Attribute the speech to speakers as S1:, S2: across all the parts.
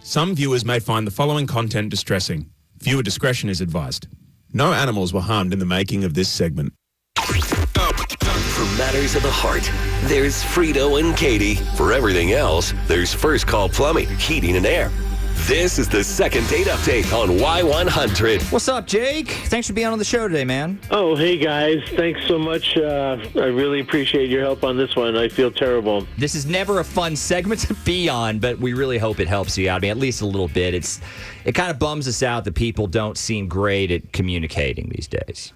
S1: Some viewers may find the following content distressing. Viewer discretion is advised. No animals were harmed in the making of this segment.
S2: For matters of the heart, there's Frito and Katie. For everything else, there's First Call Plumbing, Heating and Air. This is the second date update on Y100.
S3: What's up, Jake? Thanks for being on the show today, man.
S4: Oh, hey guys, thanks so much. Uh, I really appreciate your help on this one. I feel terrible.
S3: This is never a fun segment to be on, but we really hope it helps you out. I mean, at least a little bit. It's it kind of bums us out that people don't seem great at communicating these days.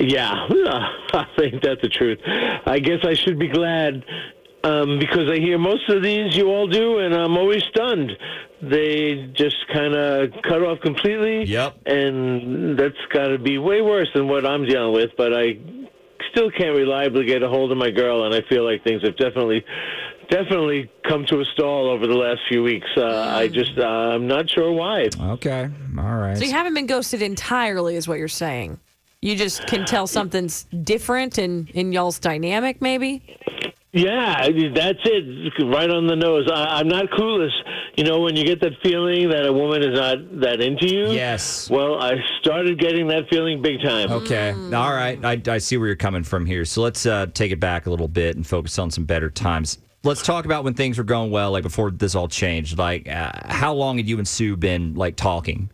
S4: Yeah, I think that's the truth. I guess I should be glad um, because I hear most of these you all do, and I'm always stunned. They just kind of cut off completely.
S3: Yep.
S4: And that's got to be way worse than what I'm dealing with, but I still can't reliably get a hold of my girl, and I feel like things have definitely. Definitely come to a stall over the last few weeks. Uh, I just, uh, I'm not sure why.
S3: Okay, all right.
S5: So you haven't been ghosted entirely, is what you're saying. You just can tell something's different in, in y'all's dynamic, maybe?
S4: Yeah, I mean, that's it. Right on the nose. I, I'm not clueless. You know, when you get that feeling that a woman is not that into you.
S3: Yes.
S4: Well, I started getting that feeling big time.
S3: Okay. Mm. All right. I, I see where you're coming from here. So let's uh, take it back a little bit and focus on some better times. Let's talk about when things were going well, like before this all changed. Like, uh, how long had you and Sue been like talking?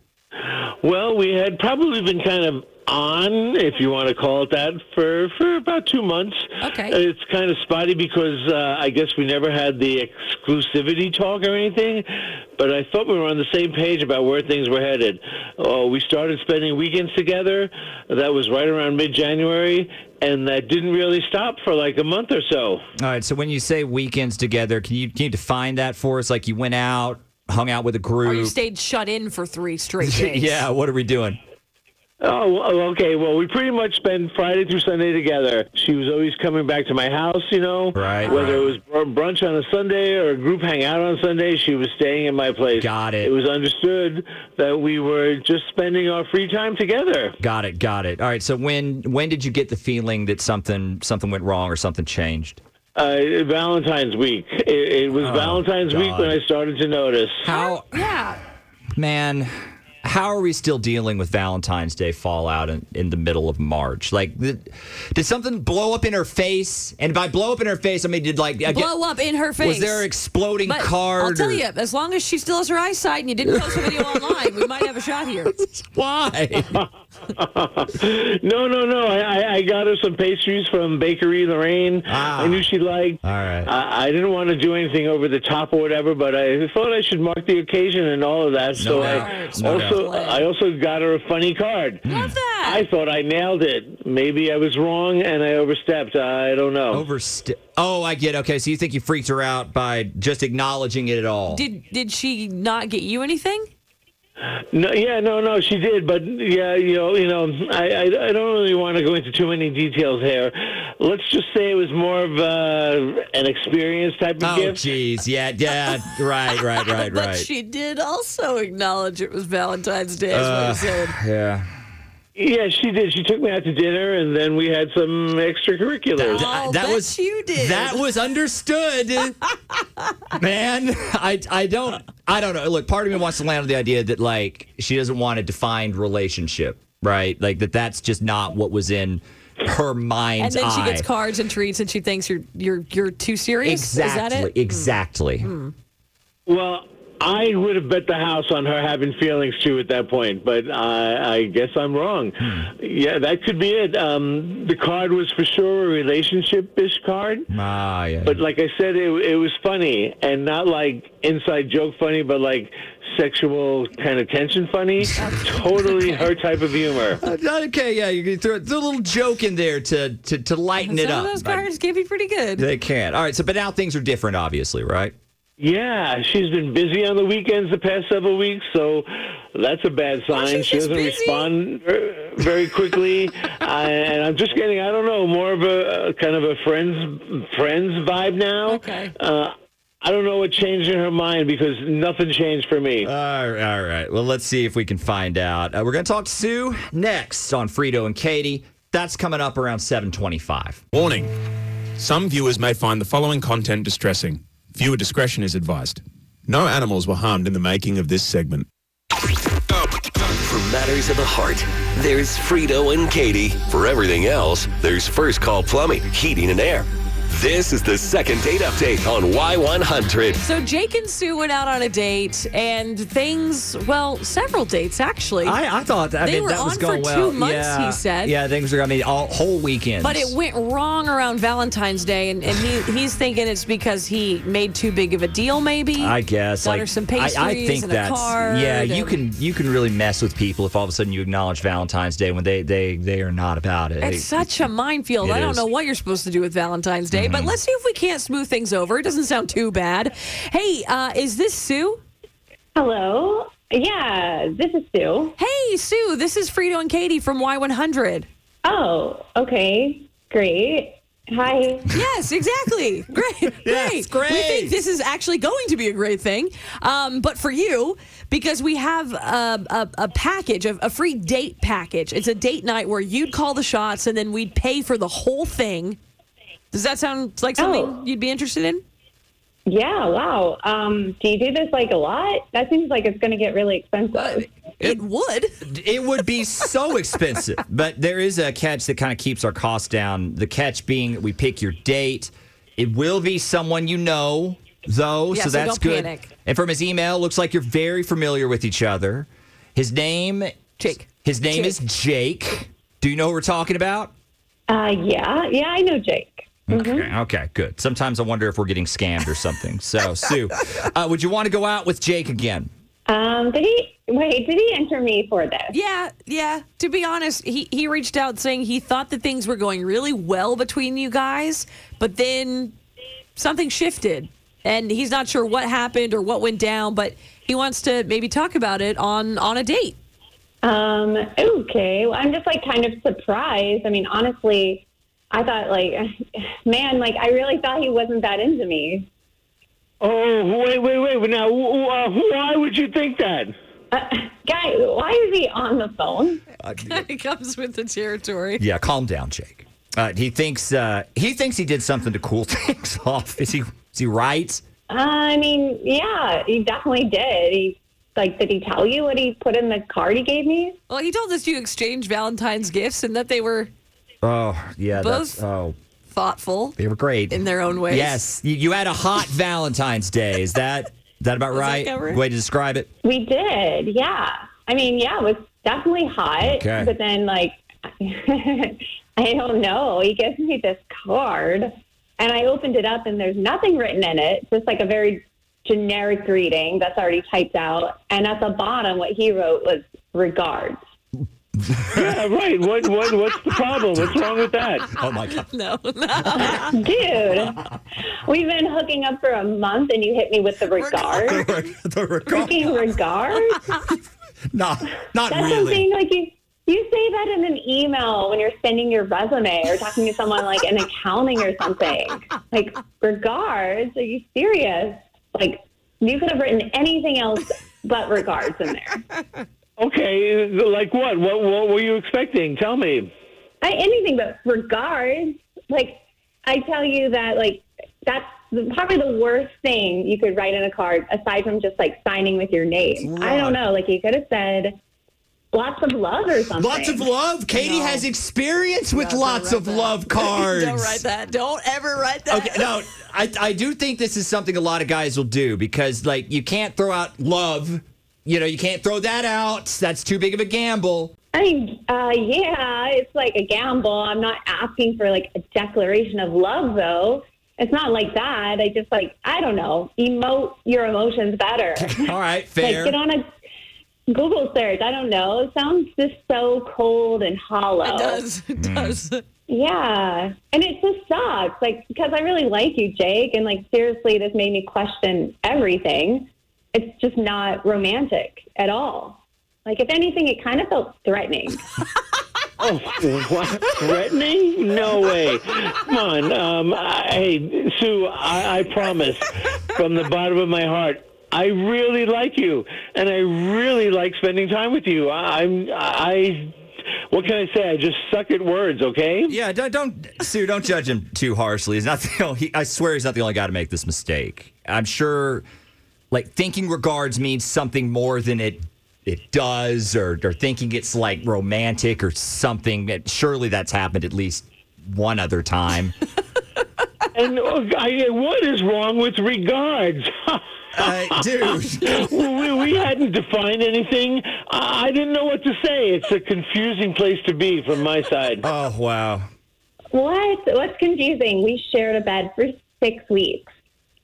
S4: Well, we had probably been kind of on, if you want to call it that, for, for about two months. Uh,
S5: Okay.
S4: It's kind of spotty because uh, I guess we never had the exclusivity talk or anything, but I thought we were on the same page about where things were headed. Oh, we started spending weekends together. That was right around mid January, and that didn't really stop for like a month or so.
S3: All right. So when you say weekends together, can you can you define that for us? Like you went out, hung out with a
S5: Or you
S3: group.
S5: stayed shut in for three straight days?
S3: yeah. What are we doing?
S4: Oh, well, okay. Well, we pretty much spent Friday through Sunday together. She was always coming back to my house, you know.
S3: Right, right.
S4: Whether it was br- brunch on a Sunday or a group hangout on Sunday, she was staying at my place.
S3: Got it.
S4: It was understood that we were just spending our free time together.
S3: Got it. Got it. All right. So when when did you get the feeling that something something went wrong or something changed?
S4: Uh, Valentine's week. It, it was Valentine's week
S3: Oh, God.
S4: when I started to notice.
S3: How
S5: Yeah.
S3: man how are we still dealing with valentine's day fallout in, in the middle of march like th- did something blow up in her face and by blow up in her face i mean did like I get-
S5: Blow up in her face.
S3: was there an exploding
S5: But
S3: card
S5: I'll tell
S3: or-
S5: you, as long as she still has her eyesight and you didn't post a video online, we might have a shot here.
S3: why
S4: no, no, no. I, I, I got her some pastries from Bakery Lorraine.
S3: Ah.
S4: I knew she liked.
S3: All right.
S4: I, I didn't want to do anything over the top or whatever, but I thought I should mark the occasion and all of that. so I
S5: doubt. No
S4: also
S5: doubt.
S4: I also got her a funny card.
S5: Love that.
S4: I thought I nailed it. Maybe I was wrong and I overstepped. I don't know.
S3: overst oh i get okay so you think you freaked her out by just acknowledging it at all
S5: Did did she not get you anything?
S4: No, yeah, no, no, she did, but yeah, you know, you know, I, I, I don't really want to go into too many details here. Let's just say it was more of uh, an experience type of
S3: oh
S4: gift.
S3: jeez yeah yeah right right right
S5: But
S3: right
S5: she did also acknowledge it was Valentine's Day. Is what
S3: Uh,
S5: you said.
S3: yeah
S4: Yeah, she did. She took me out to dinner, and then we had some extracurriculars.
S5: I'll
S3: Uh,
S5: bet you did.
S3: That was understood. Man, I I don't I don't know. Look, part of me wants to land on the idea that like she doesn't want a defined relationship, right? Like that that's just not what was in her
S5: And
S3: mind's
S5: then she
S3: eye.
S5: gets cards and treats, and she thinks you're you're you're too serious.
S3: exactly.
S5: Is that it? Hmm.
S3: Exactly.
S4: Well, I would have bet the house on her having feelings too at that point, but I, I guess I'm wrong. Yeah, that could be it. Um, the card was for sure a relationship-ish card.
S3: Ah, yeah.
S4: But like I said, it, it was funny and not like inside joke funny, but like sexual kind of tension funny. totally her type of humor.
S3: Uh, okay, yeah, you can throw, throw a little joke in there to to, to lighten
S5: Some
S3: it up.
S5: of those
S3: but
S5: cards gave you pretty good.
S3: They can't. All right, so but now things are different, obviously, right?
S4: Yeah, she's been busy on the weekends the past several weeks, so that's a bad sign.
S5: she's
S4: she
S5: just
S4: doesn't
S5: busy?
S4: respond uh, very quickly, I, and I'm just getting I don't know more of a uh, kind of a friends friends vibe now.
S5: Okay.
S4: Uh, I don't know what changed in her mind because nothing changed for me.
S3: All right, all right. Well, let's see if we can find out. Uh, we're going to talk to Sue next on Frito and Katie. That's coming up around 725.
S1: Warning Some viewers may find the following content distressing. Viewer discretion is advised. No animals were harmed in the making of this segment.
S2: For matters of the heart, there's Frito and Katie. For everything else, there's First Call Plumbing, Heating and Air. This is the second date update on Y100.
S5: So Jake and Sue went out on a date, and things, well, several dates actually.
S3: I, I thought that, I
S5: They
S3: mean,
S5: were
S3: that was
S5: on
S3: going
S5: for
S3: well.
S5: two months,
S3: yeah.
S5: he said.
S3: Yeah, things were, I mean, all whole weekends.
S5: but it went wrong around Valentine's Day, and, and he, he's thinking it's because he made too big of a deal, maybe.
S3: I guess
S5: Got
S3: like
S5: her some
S3: I-
S5: pastries
S3: I, think
S5: and a
S3: that's
S5: card
S3: yeah. You
S5: and-
S3: can you can really mess with people if all of a sudden you acknowledge Valentine's Day when they they they are not about it. They-
S5: It's such a minefield.
S3: It
S5: I don't
S3: is. Mm-hmm.
S5: know what you're supposed to do with Valentine's Day, but let's see if we can't smooth things over. It doesn't sound too bad. Hey, uh, is this Sue?
S6: Hello. Yeah, this is Sue.
S5: Hey, Sue, this is Frito and Katie from Y100.
S6: Oh, okay. Great. Hi.
S5: Yes, exactly. Great.
S3: Yes, great.
S5: We think this is actually going to be a great thing. Um, but for you, because we have a, a, a package, a, a free date package. It's a date night where you'd call the shots and then we'd pay for the whole thing. Does that sound like something
S6: Oh.
S5: you'd be interested in?
S6: Yeah, wow. Um, do you do this like a lot? That seems like it's going to get really expensive.
S5: It would.
S3: it would be so expensive. But there is a catch that kind of keeps our costs down. The catch being that we pick your date. It will be someone you know, though,
S5: Yeah,
S3: so
S5: so
S3: that's
S5: don't
S3: good.
S5: panic.
S3: And from his email, looks like you're very familiar with each other. His name
S5: Jake.
S3: His name is Jake. Do you know who we're talking about?
S6: Uh, yeah, yeah, I know Jake.
S5: Mm-hmm.
S3: Okay, okay, good. Sometimes I wonder if we're getting scammed or something. So, Sue, uh, would you want to go out with Jake again?
S6: Um, did he, wait, did he enter me for this?
S5: Yeah, yeah. To be honest, he, he reached out saying he thought that things were going really well between you guys, but then something shifted. And he's not sure what happened or what went down, but he wants to maybe talk about it on on a date.
S6: Um, okay. Well, I'm just like kind of surprised. I mean, honestly, I thought like, man, like I really thought he wasn't that into me.
S4: Oh, wait, wait, wait. Now, wh- wh- uh, why would you think that?
S6: Guy, why is he on the phone?
S5: it comes with the territory.
S3: Yeah, calm down, Jake. Uh, he thinks uh, he thinks he did something to cool things off. Is he is he right?
S6: I mean, yeah, he definitely did. He like, did he tell you what he put in the card he gave me?
S5: Well, he told us you exchanged Valentine's gifts and that they were
S3: Oh yeah, that's
S5: Both.
S3: oh
S5: thoughtful
S3: they were great
S5: in their own ways.
S3: Yes, you, you had a hot Valentine's Day. Is that is that about right?
S5: cover it?
S3: Way to describe it.
S6: We did, yeah. I mean, yeah, it was definitely hot.
S3: Okay.
S6: But then, like, I don't know. He gives me this card, and I opened it up, and there's nothing written in it. Just like a very generic greeting that's already typed out. And at the bottom, what he wrote was "regards."
S4: Yeah, Uh, right. What, what, what's the problem? What's wrong with that?
S3: Oh my god.
S5: No.
S6: Dude, we've been hooking up for a month, and you hit me with the regard.
S3: the regard,
S6: Freaking regard?
S3: not not
S6: That's
S3: really.
S6: something like you you say that in an email when you're sending your resume or talking to someone like in accounting or something. Like regards, are you serious? Like you could have written anything else but regards in there.
S4: Okay, like what? What, what were you expecting? Tell me.
S6: I, anything but regards. Like I tell you that like that's the- probably the worst thing you could write in a card aside from just like signing with your name. I don't know. Like you could have said lots of love or something.
S3: Lots of love. Katie has experience with lots of love cards.
S5: Don't write that. Don't ever write that.
S3: Okay, no, I, I do think this is something a lot of guys will do because, like, you can't throw out love. You know, you can't throw that out. That's too big of a gamble.
S6: I mean, uh, yeah, it's like a gamble. I'm not asking for like a declaration of love, though. It's not like that. I just like I don't know, emote your emotions better. like
S3: All right, fair.
S6: get on a Google search. I don't know. It sounds just so cold and hollow.
S3: Mm.
S5: It does. It does.
S6: Yeah. And it just sucks. Like, because I really like you, Jake. And, like, seriously, this made me question everything. It's just not romantic at all. Like, if anything, it kind of felt threatening.
S4: Oh, what? Threatening? No way. Come on. Um, I, hey, Sue, I, I promise from the bottom of my heart, I really like you, and I really like spending time with you. I, I'm, I, what can I say? I just suck at words, okay?
S3: Yeah, don't don't Sue, don't judge him too harshly. He's not the only, he, I swear he's not the only guy to make this mistake. I'm sure like thinking regards means something more than it it does or or thinking it's like romantic or something. That surely that's happened at least one other time.
S4: And uh, I, what is wrong with regards?
S3: uh, dude.
S4: we, we hadn't defined anything. I, I didn't know what to say. It's a confusing place to be from my side.
S3: Oh wow.
S6: what? What's confusing? We shared a bed for six weeks.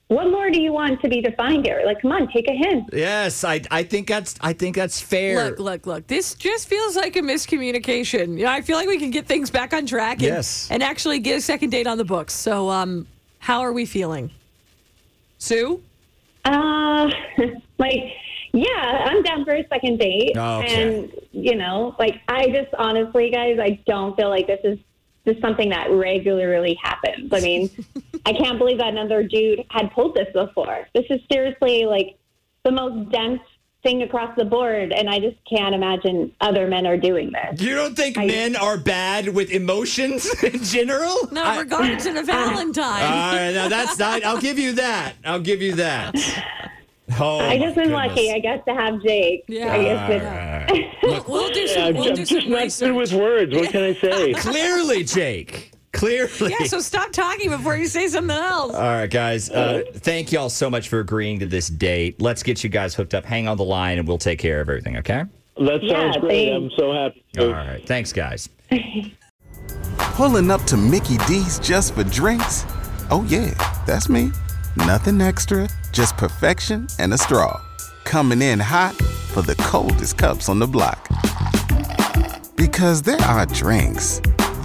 S6: What more do you want to be defined here? Like, come on, take a hint.
S3: Yes, I I think that's I think that's fair.
S5: Look, look, look. This just feels like a miscommunication. You know, I feel like we can get things back on track and,
S3: Yes.
S5: and actually get a second date on the books. So, um, how are we feeling? Sue?
S6: Uh, like, yeah, I'm down for a second date.
S3: Okay.
S6: And, you know, like, I just honestly, guys, I don't feel like this is just something that regularly happens. I mean, I can't believe that another dude had pulled this before. This is seriously like the most dense thing across the board. And I just can't imagine other men are doing this.
S3: You don't think men are bad with emotions in general?
S5: No,
S3: I- Uh,
S5: regards and a Valentine.
S3: All right, now that's not, I'll give you that. I'll give you that. Oh,
S6: I just
S3: my goodness.
S6: been lucky, I guess, to have Jake.
S5: Yeah.
S6: I guess it's-
S5: we'll do some,
S4: I'm,
S5: we'll
S4: I'm
S5: do
S4: just
S5: some
S4: not
S5: research.
S4: good with words. What can I say?
S3: Clearly, Jake. Clearly.
S5: yeah, so stop talking before you say something else.
S3: All right, guys. Uh, thank y'all so much for agreeing to this date. Let's get you guys hooked up. Hang on the line, and we'll take care of everything. Okay.
S4: That
S6: Yeah,
S4: sounds great.
S6: thanks.
S4: I'm so happy.
S3: All right. Thanks, guys.
S7: Pulling up to Mickey D's just for drinks? Oh, yeah, that's me. Nothing extra, just perfection and a straw. Coming in hot for the coldest cups on the block. Because there are drinks,